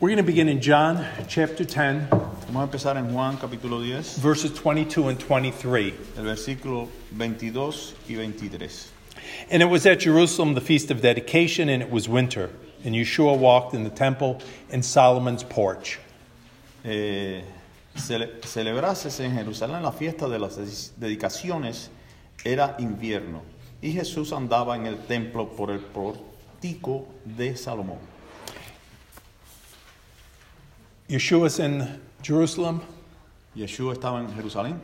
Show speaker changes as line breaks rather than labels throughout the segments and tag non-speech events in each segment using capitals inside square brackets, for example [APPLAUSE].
We're going to begin in John chapter 10,
Vamos a empezar en Juan capítulo 10,
verses 22 and 23.
el versículo 22 y 23.
And it was at Jerusalem, the feast of dedication, and it was winter. And Yeshua walked in the temple in Solomon's porch.
Eh, cele- celebrase en Jerusalén la fiesta de las des- dedicaciones, era invierno, y Jesús andaba en el templo por el portico de Salomón.
Yeshua's in Jerusalem.
Yeshua estaba en Jerusalén,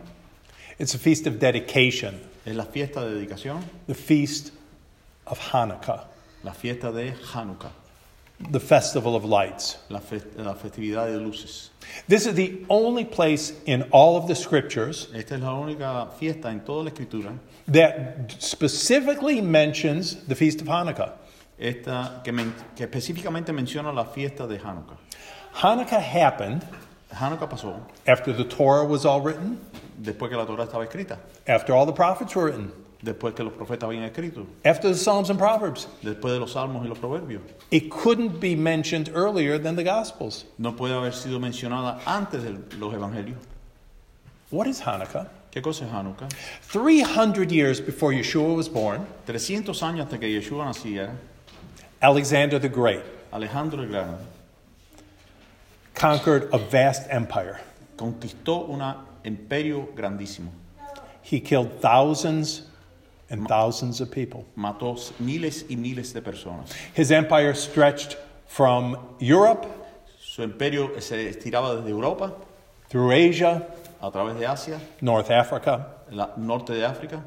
It's a feast of dedication,
es la fiesta de dedicación,
the feast of Hanukkah,
la fiesta de Hanukkah,
the festival of lights.
la, fes- la festividad de luces.
This is the only place in all of the scriptures
Esta es la única fiesta en toda la escritura
that specifically mentions the feast of Hanukkah.
esta, que, men- que específicamente menciona la fiesta de Hanukkah.
Hanukkah happened
Hanukkah pasó
after the Torah was all written,
después que la Torah estaba escrita,
after all the prophets were written,
después que los profetas habían escrito,
after the Psalms and Proverbs.
después de los salmos y los proverbios.
It couldn't be mentioned earlier than the Gospels.
No puede haber sido mencionada antes de los evangelios.
What is Hanukkah?
¿Qué cosa es Hanukkah?
300 years before Yeshua was born,
300 años hasta que Yeshua naciera,
Alexander the Great
Alejandro el Grande
conquered a vast empire.
conquistó un imperio grandísimo.
He killed thousands and thousands of people.
Mató miles y miles de personas.
His empire stretched from Europe
Su imperio se estiraba desde Europa,
through Asia,
a través de Asia,
North Africa,
la norte de África,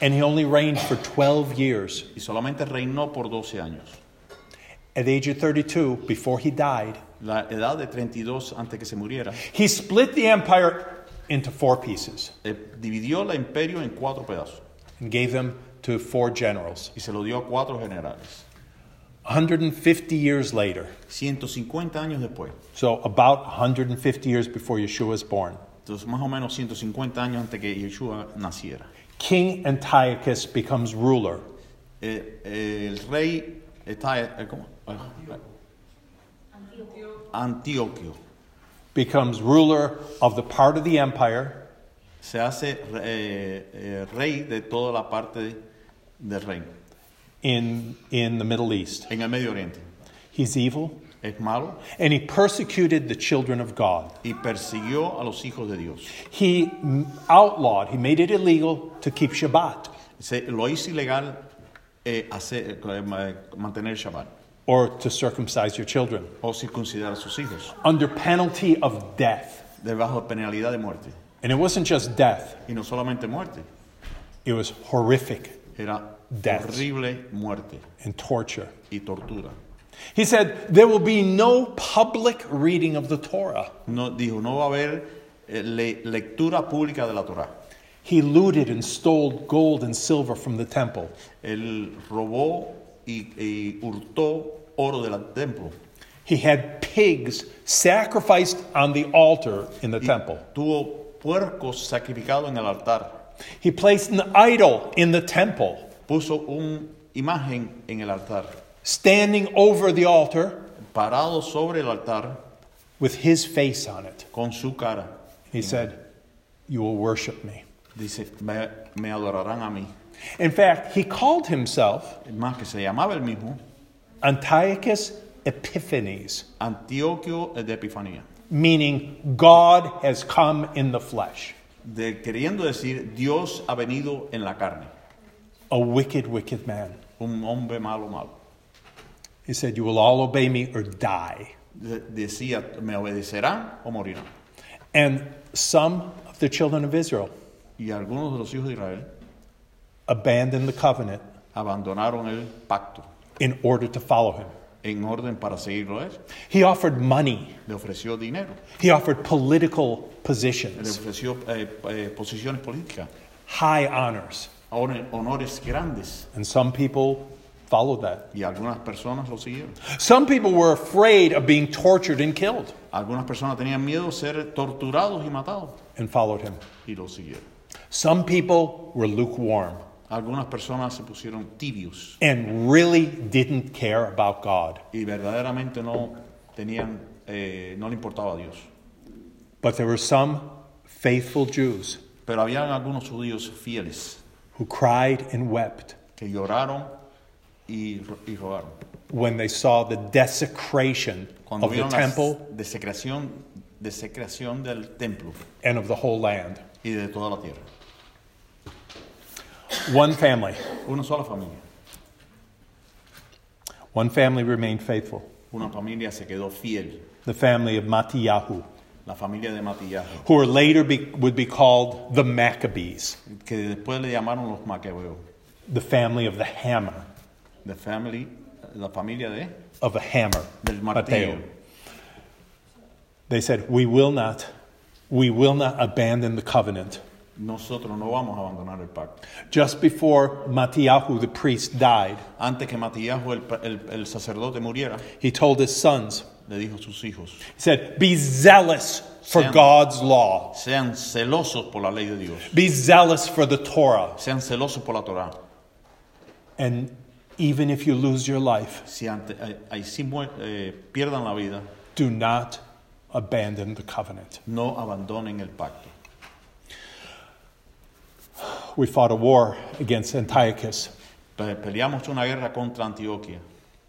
and he only reigned for 12 years.
y solamente reinó por 12 años.
At the age of 32, before he died,
La edad de 32 antes que se muriera,
he split the empire into four pieces
eh, dividió el imperio en cuatro pedazos
and gave them to four generals.
y se lo dio a cuatro generales.
150 years later,
150 años después,
so about 150 years before Yeshua was born,
entonces más o menos 150 años antes que Yeshua naciera,
King Antiochus becomes ruler.
eh, eh, el rey está, eh, ¿cómo? Eh, Antioquio
becomes ruler of the part of the empire
se hace eh, eh, rey de toda la parte del reino
in, in the Middle East.
en el Medio Oriente.
He's evil,
Es malo
and he persecuted the children of God.
y persiguió a los hijos de Dios.
He outlawed, he made it illegal to keep Shabbat
Se- lo hizo ilegal eh, hacer, eh, ma- mantener el Shabbat
or to circumcise your children
o circuncidar a sus hijos
under penalty of death.
debajo de penalidad de muerte.
And it wasn't just death,
Y no solamente muerte,
it was horrific
era
Death.
horrible muerte
and torture.
y tortura.
He said, There will be no public reading of the Torah.
No, dijo, no va a haber eh, le- lectura pública de la Torá.
He looted and stole gold and silver from the temple.
Él robó y, y hurtó oro del templo.
He had pigs sacrificed on the altar in the
Y
temple.
Tuvo puercos sacrificados en el altar.
He placed an idol in the temple,
Puso una imagen en el altar,
standing over the altar
parado sobre el altar
with his face on it.
con su cara.
He said, You will worship me.
Dice, me, me adorarán a mí.
In fact, he called himself
Es Más que se llamaba el mismo
Antiochus Epiphanes,
Antioquio de Epifanía.
meaning God has come in the flesh.
De, queriendo decir, Dios ha venido en la carne.
A wicked, wicked man.
Un hombre malo, malo.
He said, You will all obey me or die.
De- decía, me obedecerán o morirán.
And some of the children of Israel
Y algunos de los hijos de Israel
abandoned the covenant
abandonaron el pacto
in order to follow him.
en orden para seguirlo a él.
He offered money,
Le ofreció dinero,
he offered political
le
positions,
ofreció eh, eh, posiciones políticas,
high honors.
honor- honores grandes.
And some people followed that.
Y algunas personas lo siguieron.
Some people were afraid of being tortured and killed
Algunas personas tenían miedo de ser torturados y matados.
and followed him.
y lo siguieron.
Some people were lukewarm
Algunas personas se pusieron tibios
and really didn't care about God.
y verdaderamente no tenían, eh, no le importaba a Dios.
But there were some faithful Jews
Pero habían algunos judíos fieles
who cried and wept
que lloraron y, ro- y rogaron.
when they saw the desecration
Cuando
of the
vieron la
temple
desecración, desecración del templo
and of the whole land.
y de toda la tierra.
One family,
Una sola familia.
one family remained faithful,
Una familia se quedó fiel.
the family of Matiyahu,
La familia de Matillaje,
who were later be, would be called the Maccabees,
que después le llamaron los macabeos.
the family of the hammer,
The family, la familia de,
of a hammer,
del
Mateo.
martillo.
They said, "We will not, we will not abandon the covenant."
Nosotros no vamos a abandonar el pacto.
Just before Matiyahu the priest died,
Antes que Matías, el, pa- el- el sacerdote, muriera,
he told his sons,
le dijo a sus hijos,
he said, "Be zealous for
Sam.
God's law.
sean celosos por la ley de Dios,
Be zealous for the Torah,
sean celosos por la Torá.
and even if you lose your life,
Si ante- eh, ahí sí mue- eh, pierdan la vida,
do not abandon the covenant."
no abandonen el pacto.
We fought a war against Antiochus.
Pe- Peleamos una guerra contra Antioquia.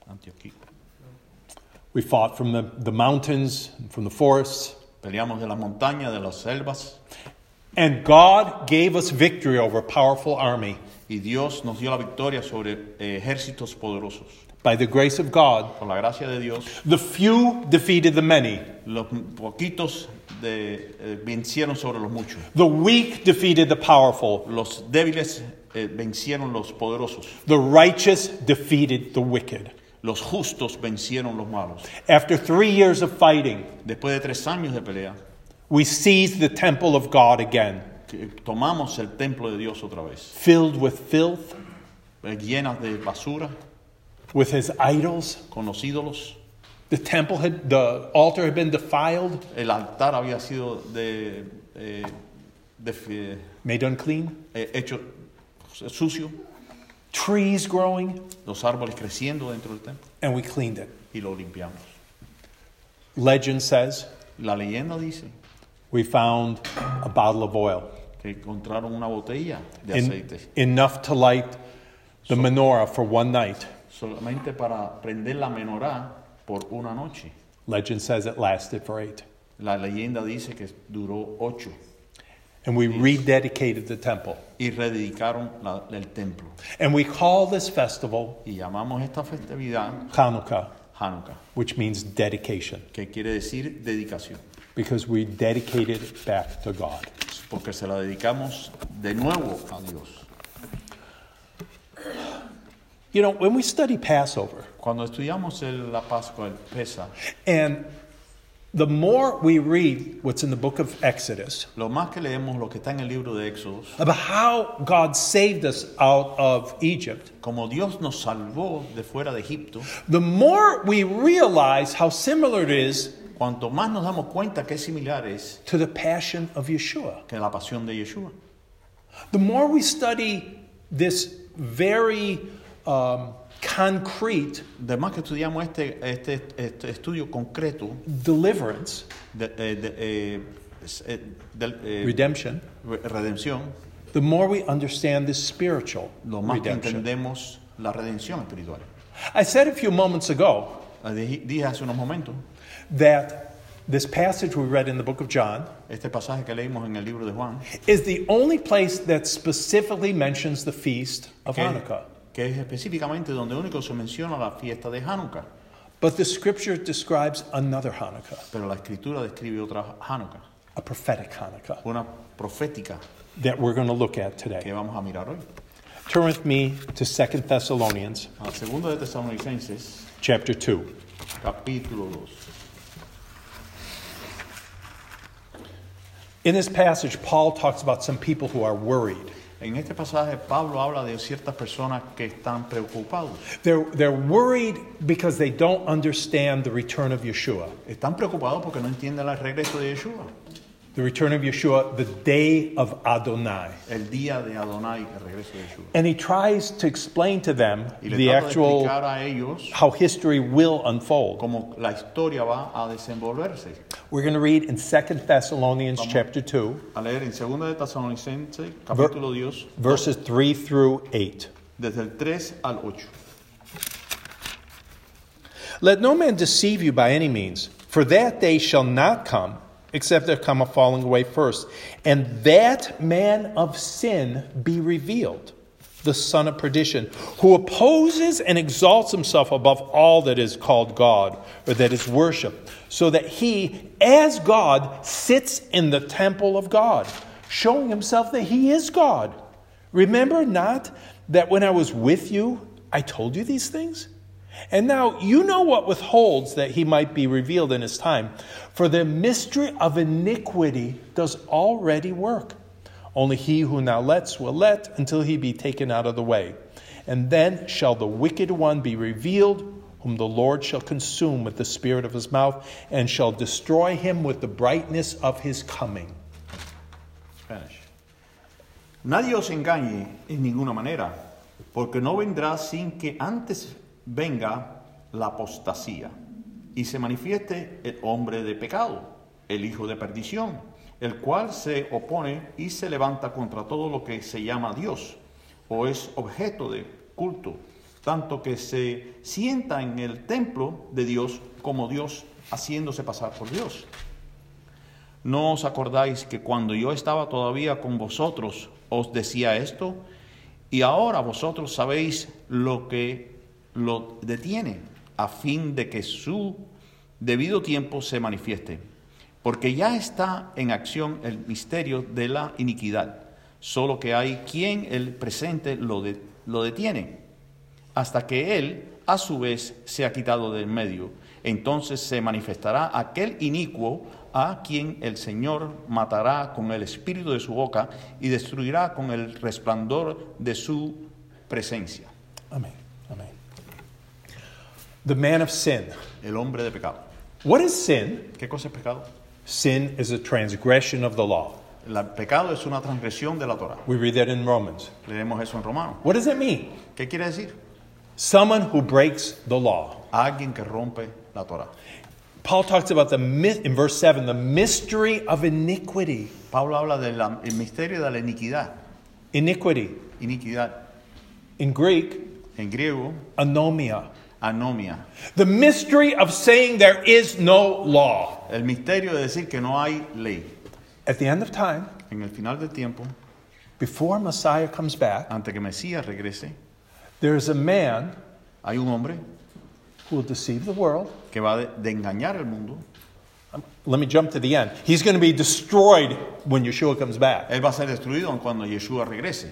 Antioquía.
We fought from the, the mountains, from the forests,
Peleamos de las montañas, de las selvas,
and God gave us victory over a powerful army.
y Dios nos dio la victoria sobre eh, ejércitos poderosos.
By the grace of God,
Por la gracia de Dios,
The few defeated the many.
los poquitos de- eh, vencieron sobre los muchos.
The weak defeated the powerful.
Los débiles eh, vencieron los poderosos.
The righteous defeated the wicked.
Los justos vencieron los malos.
After three years of fighting,
Después de tres años de pelea,
we seized the temple of God again,
que- tomamos el templo de Dios otra vez,
filled with filth,
eh, llenas de basura,
with his idols.
con los ídolos.
The temple had, the altar had been defiled,
El altar había sido de, eh, de-
made unclean,
eh, hecho sucio,
trees growing,
los árboles creciendo dentro del templo,
and we cleaned it.
y lo limpiamos.
Legend says
La leyenda dice
we found a bottle of oil,
que encontraron una botella de
en-
aceite
enough to light the menorah for one night.
solamente para prender la menorá por una noche.
Legend says it lasted for eight.
La leyenda dice que duró ocho
And we rededicated the temple.
y rededicaron la- el templo.
And we call this festival
Y llamamos esta festividad
Hanukkah,
Hanukkah,
which means dedication,
que quiere decir dedicación,
because we dedicated it back to God.
porque se la dedicamos de nuevo a Dios.
You know, when we study Passover,
Cuando estudiamos el- la Pascua, el Pesa,
and the more we read what's in the book of Exodus
lo más que leemos lo que está en el libro de Éxodos,
about how God saved us out of Egypt,
como Dios nos salvó de fuera de Egipto,
the more we realize how similar it is
cuanto más nos damos cuenta que es similar es
to the passion of Yeshua.
que la pasión de Yeshua.
The more we study this very um, concrete
Además que estudiamos este, este, este estudio concreto
deliverance,
de, eh, de, eh, es- eh, del, eh,
redemption,
re- redención,
the more we understand this spiritual
lo más que
redemption.
entendemos la redención espiritual.
I said a few moments ago
Ah, dij- Dije hace unos momentos,
that this passage we read in the book of John
este pasaje que leímos en el libro de Juan,
is the only place that specifically mentions the feast of
que,
Hanukkah.
que es específicamente donde único se menciona la fiesta de Hanukkah,
But the scripture describes another Hanukkah,
pero la escritura describe otra Hanukkah,
a prophetic Hanukkah,
una profética
that we're going to look at
que
today.
vamos a mirar hoy.
Turn with me to 2 Thessalonians
A segundo Ah, de Tesalonicenses,
chapter 2.
capítulo 2.
In this passage, Paul talks about some people who are worried.
En este pasaje Pablo habla de ciertas personas que están preocupados.
They're, they're worried because they don't understand the return of Yeshua.
Están preocupados porque no entienden el regreso de Yeshua.
the return of Yeshua, the day of Adonai.
el día de Adonai, el regreso de Yeshua.
And he tries to explain to them
Y le
the
trata de
actual
explicar a ellos
how history will unfold.
cómo la historia va a desenvolverse.
We're going to read in 2 Thessalonians chapter 2,
A leer en 2 de Tesalonicenses, capítulo 2,
verses 3 through 8.
desde el 3 al 8.
Let no man deceive you by any means, for that day shall not come, except there come a falling away first, and that man of sin be revealed, the son of perdition, who opposes and exalts himself above all that is called God or that is worship, so that he, as God, sits in the temple of God, showing himself that he is God. Remember not that when I was with you, I told you these things? And now you know what withholds that he might be revealed in his time. For the mystery of iniquity does already work. Only he who now lets will let until he be taken out of the way. And then shall the wicked one be revealed, whom the Lord shall consume with the spirit of his mouth, and shall destroy him with the brightness of his coming.
Spanish. Nadie os engañe en ninguna manera, porque no vendrá sin que antes venga la apostasía y se manifieste el hombre de pecado, el hijo de perdición, el cual se opone y se levanta contra todo lo que se llama Dios o es objeto de culto, tanto que se sienta en el templo de Dios como Dios haciéndose pasar por Dios. ¿No os acordáis que cuando yo estaba todavía con vosotros os decía esto? Y ahora vosotros sabéis lo que lo detiene, a fin de que su debido tiempo se manifieste. Porque ya está en acción el misterio de la iniquidad, solo que hay quien el presente lo, de- lo detiene, hasta que él a su vez sea quitado del medio. Entonces se manifestará aquel inicuo a quien el Señor matará con el espíritu de su boca y destruirá con el resplandor de su presencia.
Amen. Amen. The man of sin.
El hombre de pecado.
What is sin?
¿Qué cosa es pecado?
Sin is a transgression of the law.
El pecado es una transgresión de la Torah.
We read that in Romans.
Leemos eso en Romano.
What does that mean?
¿Qué quiere decir?
Someone who breaks the law.
Alguien que rompe la Torah.
Paul talks about the myth in verse 7, the mystery of iniquity.
Pablo habla del misterio de la iniquidad.
Iniquity.
Iniquidad
In Greek,
en griego,
anomia.
anomia.
The mystery of saying there is no law.
El misterio de decir que no hay ley.
At the end of time,
En el final del tiempo,
before Messiah comes back,
antes que Mesías regrese,
there is a man
hay un hombre
who will deceive the world.
que va de, de engañar al mundo.
Let me jump to the end. He's going to be destroyed when Yeshua comes back.
Él va a ser destruido cuando Yeshua regrese.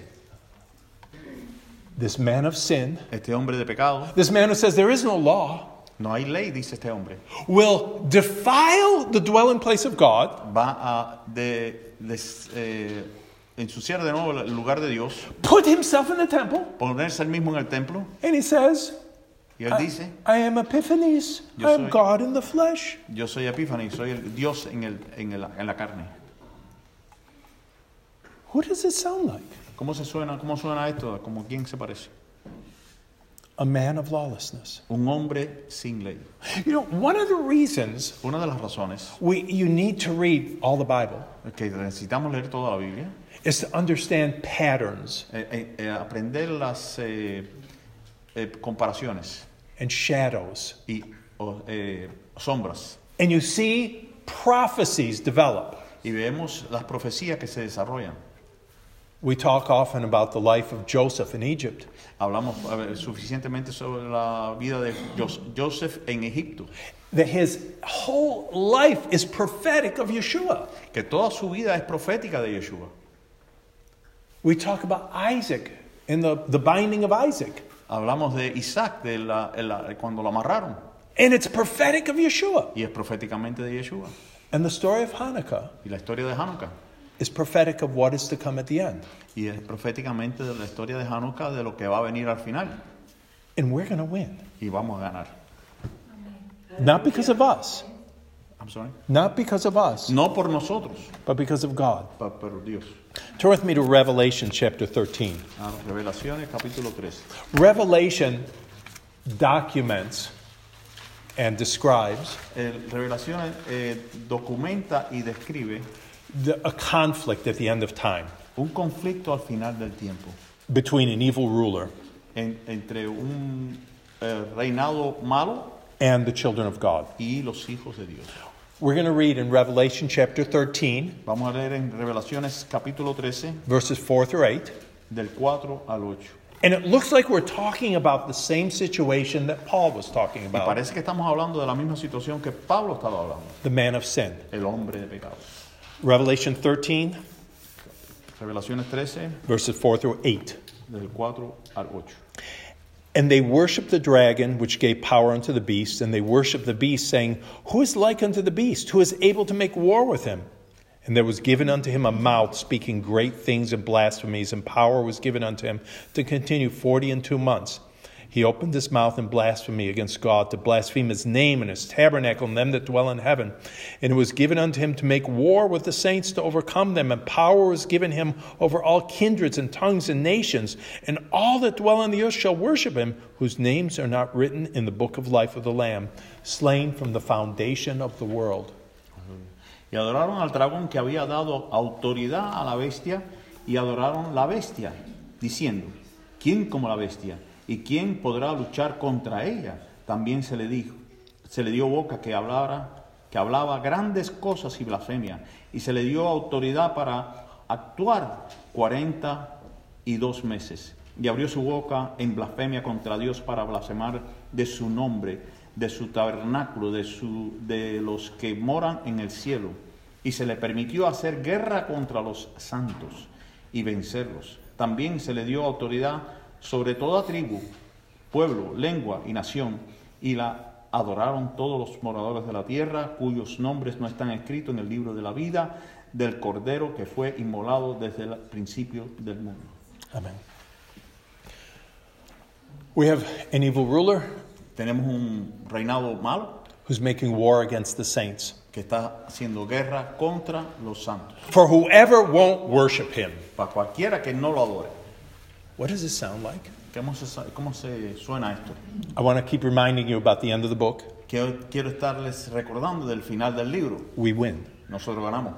This man of sin,
Este hombre de pecado,
this man who says there is no law,
no hay ley, dice este hombre.
will defile the dwelling place of God,
Va a de- des- eh, ensuciar de nuevo el lugar de Dios,
put himself in the temple,
ponerse él mismo en el templo.
and he says,
Y él dice,
I am Epiphanes,
Yo
I am
soy-
God in the flesh.
yo soy Epífanes, soy el Dios en, el, en, el- en la carne.
What does it sound like?
¿Cómo se suena? ¿Cómo suena esto? ¿Como quién se parece?
A man of lawlessness.
Un hombre sin ley.
You know, one of the reasons
Una de las razones
we, you need to read all the Bible
que necesitamos leer toda la Biblia
is to understand patterns
Eh, eh, eh, aprender las eh, eh, comparaciones
and shadows.
y o, eh, sombras.
And you see prophecies develop.
Y vemos las profecías que se desarrollan.
We talk often about the life of Joseph in Egypt.
Hablamos a ver, suficientemente sobre la vida de Jos- Joseph en Egipto,
That his whole life is prophetic of Yeshua.
que toda su vida es profética de Yeshua.
We talk about Isaac and the, the binding of Isaac.
Hablamos de Isaac de la- el- la- cuando lo amarraron
And it's prophetic of Yeshua.
y es proféticamente de Yeshua.
And the story of Hanukkah
Y la historia de Hanukkah
is prophetic of what is to come at the end.
y es proféticamente de la historia de Hanukkah de lo que va a venir al final
And we're going to win.
y vamos a ganar.
Not because of us,
I'm sorry.
not because of us,
No por nosotros,
but because of God.
pa- pero Dios.
Turn with me to Revelation chapter 13.
Ah, Revelaciones capítulo 3.
Revelation documents and describes
El Revelaciones eh, documenta y describe
the, a conflict at the end of time
un conflicto al final del tiempo
between an evil ruler
en- entre un eh, reinado malo
and the children of God.
y los hijos de Dios.
We're going to read in Revelation chapter 13,
Vamos a leer en Revelaciones capítulo 13,
verses 4 through 8.
del 4 al 8.
And it looks like we're talking about the same situation that Paul was talking
Y
about
parece que estamos hablando de la misma situación que Pablo estaba hablando,
the man of sin.
el hombre de pecado.
Revelation 13,
Revelaciones 13,
verses 4 through 8.
del 4 al 8.
And they worshiped the dragon, which gave power unto the beast, and they worshiped the beast, saying, Who is like unto the beast? Who is able to make war with him? And there was given unto him a mouth speaking great things and blasphemies, and power was given unto him to continue forty and two months. He opened his mouth in blasphemy against God, to blaspheme his name and his tabernacle and them that dwell in heaven. And it was given unto him to make war with the saints to overcome them, and power was given him over all kindreds and tongues and nations. And all that dwell on the earth shall worship him, whose names are not written in the book of life of the Lamb, slain from the foundation of the world.
Y adoraron al dragón que había dado autoridad a la bestia y adoraron la bestia, diciendo, ¿quién como la bestia? ¿Y quién podrá luchar contra ella? También se le dijo, se le dio boca que hablara, que hablaba grandes cosas y blasfemia, y se le dio autoridad para actuar 40 y dos meses. Y abrió su boca en blasfemia contra Dios para blasfemar de su nombre, de su tabernáculo, de, su, de los que moran en el cielo. Y se le permitió hacer guerra contra los santos y vencerlos. También se le dio autoridad sobre toda tribu, pueblo, lengua y nación. Y la adoraron todos los moradores de la tierra, cuyos nombres no están escritos en el libro de la vida del Cordero que fue inmolado desde el principio del mundo.
Amen. We have an evil ruler
Tenemos un reinado malo
who's making war against the saints.
que está haciendo guerra contra los santos,
For whoever won't worship him.
para cualquiera que no lo adore.
What does this sound like?
¿Cómo se, cómo se suena esto?
I want to keep reminding you about the end of the book.
Quiero, quiero estarles recordando del final del libro.
We win.
Nosotros ganamos,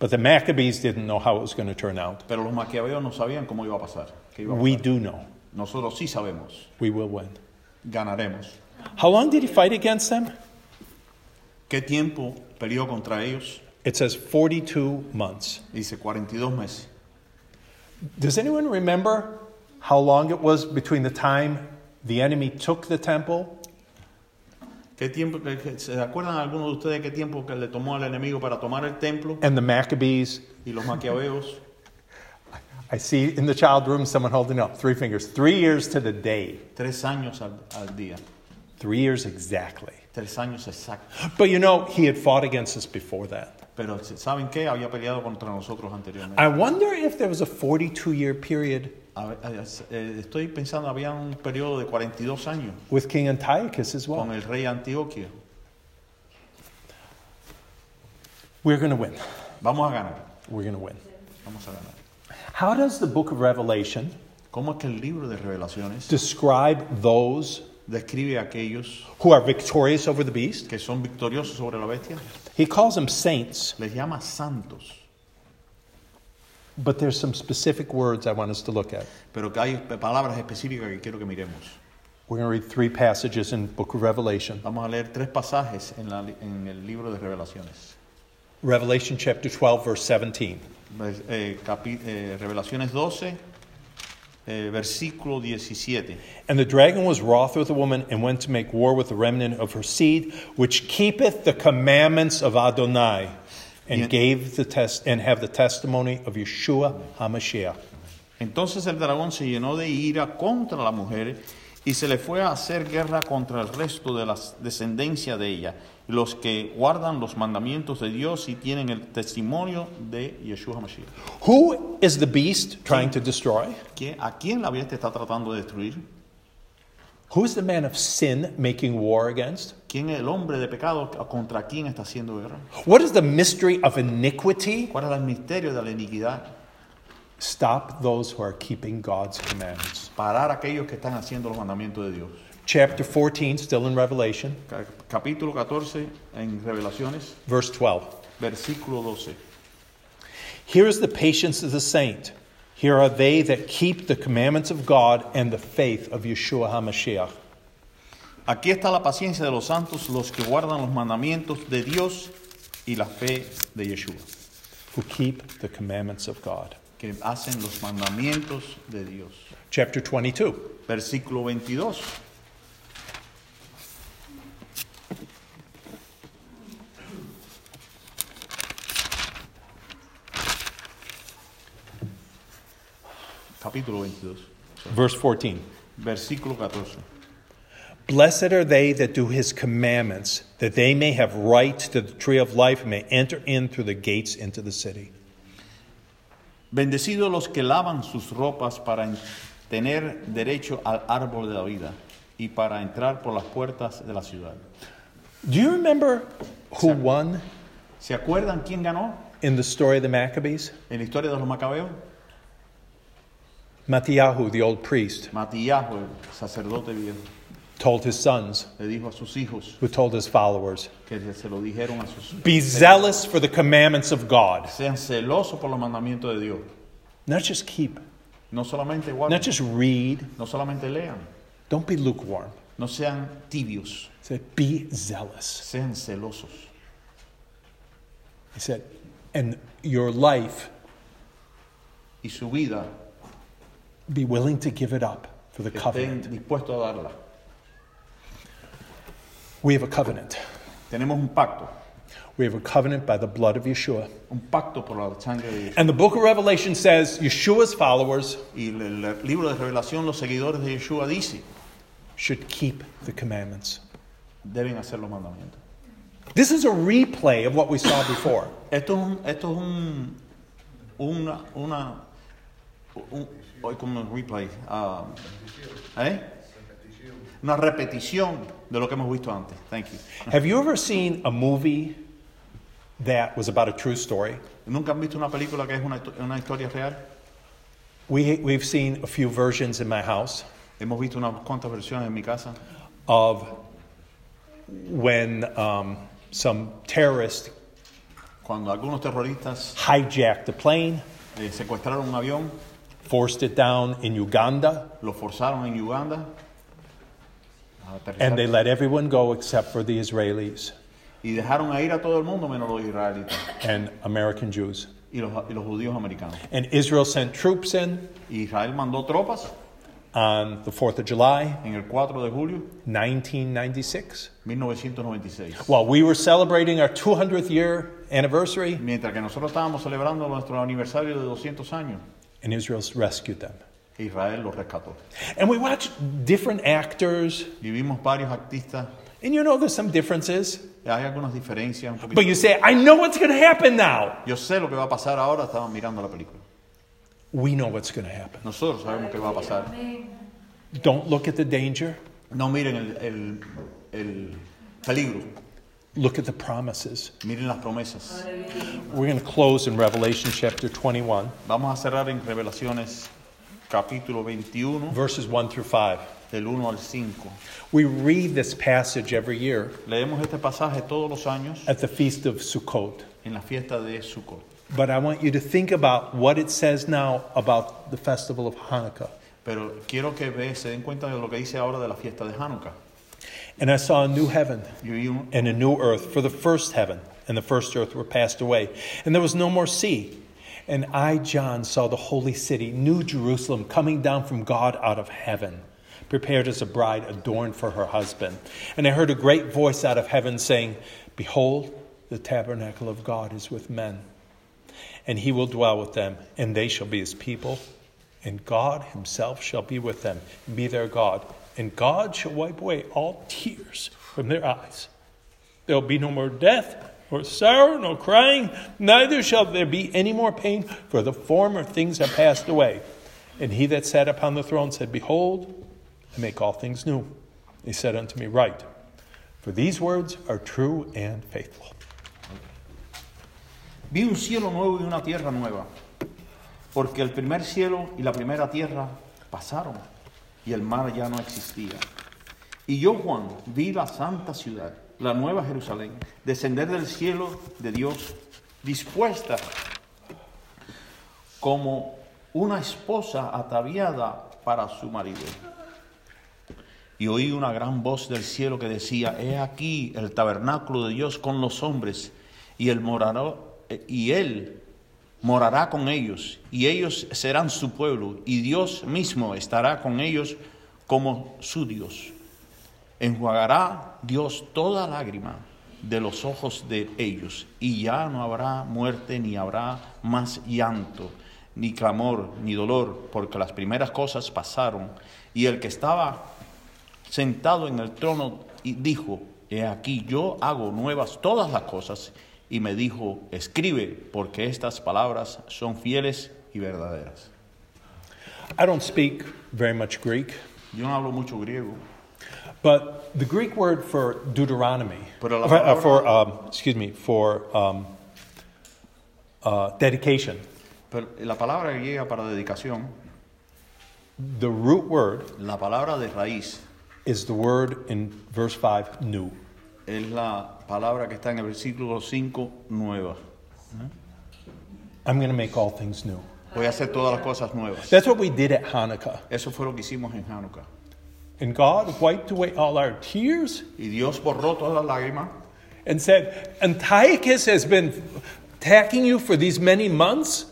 But the Maccabees didn't know how it was going to turn out.
pero los maquiavelos no sabían cómo iba a pasar. qué iba a
We
pasar.
do know.
Nosotros sí sabemos,
We will win.
ganaremos.
How long did he fight against them?
¿Qué tiempo peleó contra ellos?
It says 42 months.
Dice 42 meses.
Does anyone remember how long it was between the time the enemy took the temple
¿Qué tiempo, que- que- ¿Se acuerdan algunos de ustedes qué tiempo que le tomó al enemigo para tomar el templo
and the Maccabees?
y los maquiavelos?
I see in the child room someone holding up three fingers. Three years to the day.
[LAUGHS] Tres años al, al día,
Three years exactly.
tres años exactos.
But you know, he had fought against us before that.
Pero ¿saben qué? Había peleado contra nosotros anteriormente.
I wonder if there was a 42 year period
A ver, a- a- eh, estoy pensando, había un periodo de 42 años
with King Antiochus as
con
well.
el rey Antioquia.
We're going to win.
Vamos a ganar,
We're going to win.
vamos a ganar.
How does the book of Revelation
¿Cómo es que el libro de revelaciones
describe those
describe a aquellos
who are victorious over the beast?
que son victoriosos sobre la bestia?
He calls them saints,
Les llama santos,
but there's some specific words I want us to look at.
pero que hay palabras específicas que quiero que miremos.
We're going to read three passages in book of Revelation.
Vamos a leer tres pasajes en, la li- en el libro de Revelaciones.
Revelation chapter 12 verse 17.
Vers- eh, capi- eh, Revelaciones 12, eh, versículo 17.
And the dragon was wroth with the woman and went to make war with the remnant of her seed, which keepeth the commandments of Adonai, and
Yeah.
gave the test and have the testimony of Yeshua Hamashiach.
Entonces el dragón se llenó de ira contra la mujer y se le fue a hacer guerra contra el resto de la descendencia de ella, los que guardan los mandamientos de Dios y tienen el testimonio de Yeshua HaMashiach.
Who is the beast trying to destroy?
¿Qui- ¿A quién la bestia está tratando de destruir?
Who is the man of sin making war against?
¿Quién es el hombre de pecado contra quién está haciendo guerra?
What is the mystery of iniquity?
¿Cuál es el misterio de la iniquidad?
Stop those who are keeping God's commandments.
Parar a aquellos que están haciendo los mandamientos de Dios.
Chapter 14, still in Revelation,
Ca- Capítulo 14 en Revelaciones,
verse 12.
versículo 12.
Here is the patience of the saint. Here are they that keep the commandments of God and the faith of Yeshua HaMashiach.
Aquí está la paciencia de los santos, los que guardan los mandamientos de Dios y la fe de Yeshua,
who keep the commandments of God.
que hacen los mandamientos de Dios.
Chapter 22.
Versículo 22. Capítulo 22,
Verse 14.
versículo 14.
Blessed are they that do his commandments, that they may have right to the tree of life and may enter in through the gates into the city.
Bendecidos los que lavan sus ropas para en- tener derecho al árbol de la vida y para entrar por las puertas de la ciudad.
Do you remember who won
¿Se acuerdan quién ganó
in the story of the Maccabees?
en la historia de los macabeos?
Matiyahu, the old priest,
Matías, el sacerdote viejo,
told his sons,
le dijo a sus hijos
who told his followers,
que se lo dijeron a sus
Be zealous for the commandments of God.
sean celosos por los mandamientos de Dios.
Not just keep,
No solamente
not
guarden,
just read,
no solamente lean,
don't be lukewarm.
no sean tibios,
Say, Be zealous.
sean celosos.
He said, and your life,
Y su vida
be willing to give it up for the covenant.
estén dispuestos a darla.
We have a covenant.
Tenemos un pacto,
We have a covenant by the blood of Yeshua.
un pacto por la sangre de Dios.
And the book of Revelation says Yeshua's followers
Y el, el libro de Revelación, los seguidores de Yeshua dice,
should keep the commandments.
deben hacer los mandamientos.
This is a replay of what we saw before.
Esto es un, esto es un, una, una, un, hoy como un replay, ah, ¿eh? Una repetición de lo que hemos visto antes. Thank you.
have you ever seen a movie that was about a true story?
¿Nunca han visto una película que es una, histo- una historia real?
We, we've seen a few versions in my house
Hemos visto unas cuantas versiones en mi casa
of when um, some terrorist
cuando algunos terroristas
hijacked a plane,
eh, secuestraron un avión,
forced it down in Uganda.
lo forzaron en Uganda. a aterrizar,
And they let everyone go except for the Israelis
y dejaron a ir a todo el mundo menos los israelitas
and American Jews.
y los, y los judíos americanos.
And Israel sent troops in
Israel mandó tropas
on the 4th of July,
en el 4 de julio
1996.
1996.
While we were celebrating our 200th year anniversary,
Mientras que nosotros estábamos celebrando nuestro aniversario de 200 años,
and Israel rescued them.
Israel los rescató.
And we watched different actors,
Y vimos varios artistas,
and you know there's some differences.
hay algunas diferencias un poquito.
But you say, I know what's going to happen now.
Yo sé lo que va a pasar ahora, estaban mirando la película.
We know what's going to happen.
Nosotros sabemos qué va a pasar.
Don't look at the danger,
No miren el, el- el peligro,
look at the promises.
miren las promesas.
We're going to close in Revelation chapter 21,
Vamos a cerrar en Revelaciones capítulo 21,
verses 1 through 5.
del 1 al 5.
We read this passage every year
Leemos este pasaje todos los años
at the Feast of Sukkot.
en la fiesta de Sukkot.
But I want you to think about what it says now about the festival of Hanukkah.
Pero quiero que ve- se den cuenta de lo que dice ahora de la fiesta de Hanukkah.
And I saw a new heaven
Yo vi un-
and a new earth, for the first heaven and the first earth were passed away, and there was no more sea. And I, John, saw the holy city, New Jerusalem, coming down from God out of heaven, prepared as a bride adorned for her husband. And I heard a great voice out of heaven saying, Behold, the tabernacle of God is with men, and he will dwell with them, and they shall be his people, and God himself shall be with them, and be their God. And God shall wipe away all tears from their eyes. There will be no more death, nor sorrow, nor crying, neither shall there be any more pain, for the former things are passed away. And he that sat upon the throne said, Behold, I make all things new. He said unto me, Write, for these words are true and faithful.
Vi un cielo nuevo y una tierra nueva, porque el primer cielo y la primera tierra pasaron y el mar ya no existía. Y yo, Juan, vi la santa ciudad, la nueva Jerusalén, descender del cielo de Dios, dispuesta como una esposa ataviada para su marido. Y oí una gran voz del cielo que decía, he aquí el tabernáculo de Dios con los hombres, y él morará, y él morará con ellos, y ellos serán su pueblo, y Dios mismo estará con ellos como su Dios. Enjuagará Dios toda lágrima de los ojos de ellos, y ya no habrá muerte, ni habrá más llanto, ni clamor, ni dolor, porque las primeras cosas pasaron. Y el que estaba sentado en el trono y dijo, he aquí yo hago nuevas todas las cosas, y me dijo, escribe, porque estas palabras son fieles y verdaderas.
I don't speak very much Greek,
Yo no hablo mucho griego,
but the Greek word for Deuteronomy,
Pero la
for, uh,
palabra-
for, um, excuse me, for um, uh, dedication,
pero la palabra griega para dedicación,
the root word
la palabra de raíz,
is the word in verse 5, new.
es la palabra que está en el versículo 5, nueva.
I'm going to make all things new.
Voy a hacer todas las cosas nuevas.
That's what we did at Hanukkah.
Eso fue lo que hicimos en Hanukkah.
And God wiped away all our tears
Y Dios borró todas las lágrimas
and said, Antiochus has been attacking you for these many months.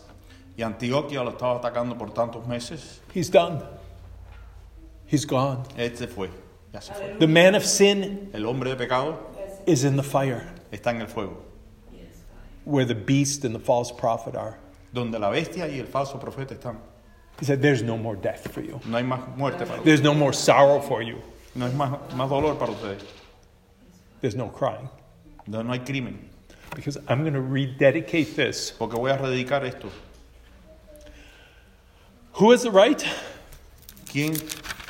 y Antioquia lo estaba atacando por tantos meses.
He's done. He's gone.
Él se Este fue, ya se fue.
The man of sin
El hombre de pecado
is in the fire
está en el fuego,
where the beast and the false prophet are.
donde la bestia y el falso profeta están.
He said, There's no more death for you.
No hay más muerte para ustedes,
There's no more sorrow for you.
no hay más, más dolor para ustedes,
There's no crying
no, no hay crimen,
because I'm going to rededicate this.
porque voy a rededicar esto.
Who has the right
¿Quién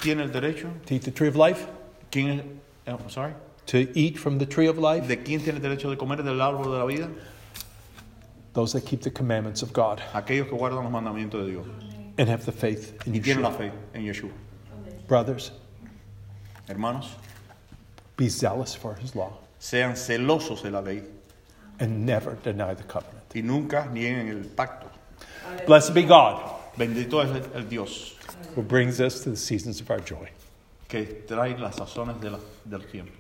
tiene el derecho?
to eat the tree of life?
¿Quién es, eh, I'm sorry.
To eat from the tree of life?
¿De quién tiene el derecho de comer del árbol de la vida?
Those that keep the commandments of God
Aquellos que guardan los mandamientos de Dios
and have the faith in
y tienen la
Yeshua.
fe en Yeshua.
Brothers,
Hermanos,
be zealous for his law
sean celosos de la ley
and never deny the covenant.
y nunca nieguen el pacto.
Blessed be God
Bendito es el, el Dios
who brings us to the seasons of our joy.
que trae las sazones de la- del tiempo.